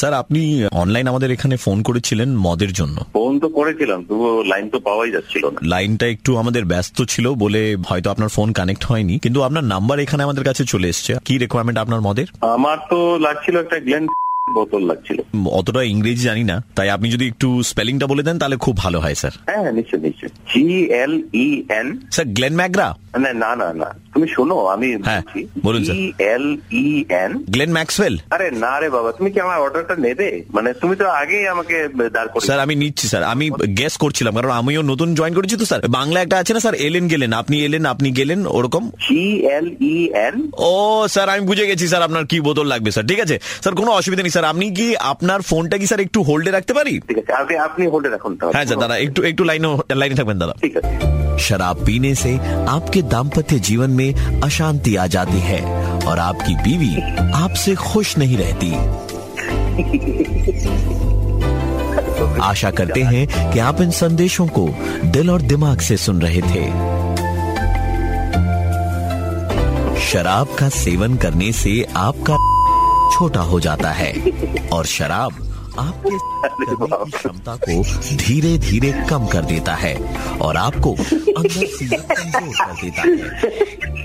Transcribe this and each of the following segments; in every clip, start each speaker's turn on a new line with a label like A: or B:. A: Sir আপনি online আমাদের এখানে ফোন করেছিলেন মদের জন্য
B: ফোন তো করেছিলাম তবু লাইন তো পাওয়াই যাচ্ছিল না
A: লাইনটা একটু আমাদের ব্যস্ত ছিল বলে হয়তো আপনার ফোন কানেক্ট হয়নি কিন্তু আপনার নাম্বার এখানে আমাদের কাছে চলে এসছে কি রিকোয়ারমেন্ট আপনার মদের
B: আমার তো লাগছিল একটা গ্লেন বোতল লাগছিল
A: অতটা ইংরেজি জানি না তাই আপনি যদি একটু স্পেলিংটা বলে দেন তাহলে খুব ভালো হয় স্যার
B: হ্যাঁ হ্যাঁ নিশ্চয় নিশ্চয় G L E N
A: sir Glenn McGrath
B: E না না না না তুমি শোনো আমি
A: হ্যাঁ, বলুন sir.
B: L E N
A: Glenn Maxwell
B: E আরে না রে বাবা তুমি কি আমার অর্ডারটা নেবে মানে তুমি তো আগেই আমাকে দাঁড় করে
A: স্যার আমি নিচ্ছি স্যার আমি গেস করছিলাম কারণ আমিও নতুন জয়েন করেছি তো স্যার বাংলা একটা আছে না স্যার এলেন গেলেন আপনি এলেন আপনি গেলেন ওরকম
B: জি এল ই এন
A: ও স্যার আমি বুঝে গেছি স্যার আপনার কি বোতল লাগবে স্যার ঠিক আছে স্যার কোনো অসুবিধা নেই স্যার আপনি কি আপনার ফোনটা কি স্যার একটু হোল্ডে রাখতে পারি
B: ঠিক আছে আপনি আপনি হোল্ডে রাখুন তাহলে
A: হ্যাঁ স্যার দাদা একটু একটু লাইনে লাইনে থাকবেন দাদা
B: ঠিক আছে
C: शराब पीने से आपके दाम्पत्य जीवन में अशांति आ जाती है और आपकी बीवी आपसे खुश नहीं रहती आशा करते हैं कि आप इन संदेशों को दिल और दिमाग से सुन रहे थे शराब का सेवन करने से आपका छोटा हो जाता है और शराब आपके करने की क्षमता को धीरे धीरे कम कर देता है और आपको अंदर से ही कमजोर कर देता है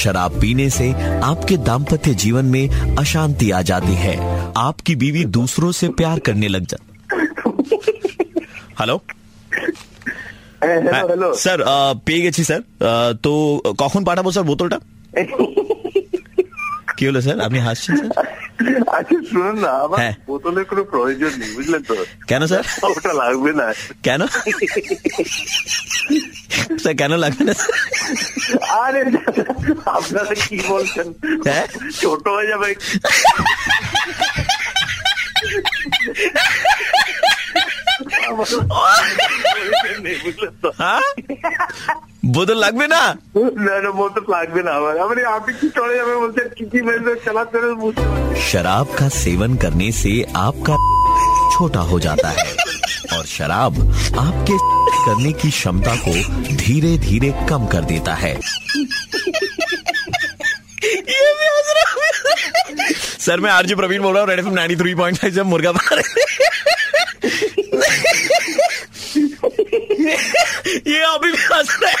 C: शराब पीने से आपके दाम्पत्य जीवन में अशांति आ जाती है आपकी बीवी दूसरों से प्यार करने लग जा
A: হ্যালো
B: হ্যাঁ হ্যালো হ্যালো
A: স্যার
C: uh,
A: আহ, পেয়ে গেছি স্যার আহ, তো
C: तो
A: কখন পাঠাবো স্যার বোতলটা কি হলো স্যার আপনি হাসছেন স্যার
B: আচ্ছা শুনুন না আমার
A: হ্যাঁ।
B: বোতলের কোনো প্রয়োজন নেই বুঝলেন তো
A: কেন স্যার
B: ওটা লাগবে না
A: কেন স্যার কেন লাগবে না স্যার?
B: আরে আপনারা কি বলছেন
A: হ্যাঁ?
B: ছোট হয়ে যাবে আমার প্রয়োজন নেই, বুঝলেন তো?
C: हाँ?
A: হ্যাঁ? বোতল লাগবে না
B: না না বোতল লাগবে না আমার আমার এই আপনি কি চলে যাবে বলছেন কি কি মেরে খেলা করে বুঝতে পারছি না।
C: शराब का सेवन करने से आपका छोटा हो जाता है और शराब आपके करने की क्षमता को धीरे धीरे कम कर देता है
A: सर मैं आरजे प्रवीण बोल रहा हूँ red F ninety three point five से मुर्गा बना ये अभी भी हंस रहे हैं।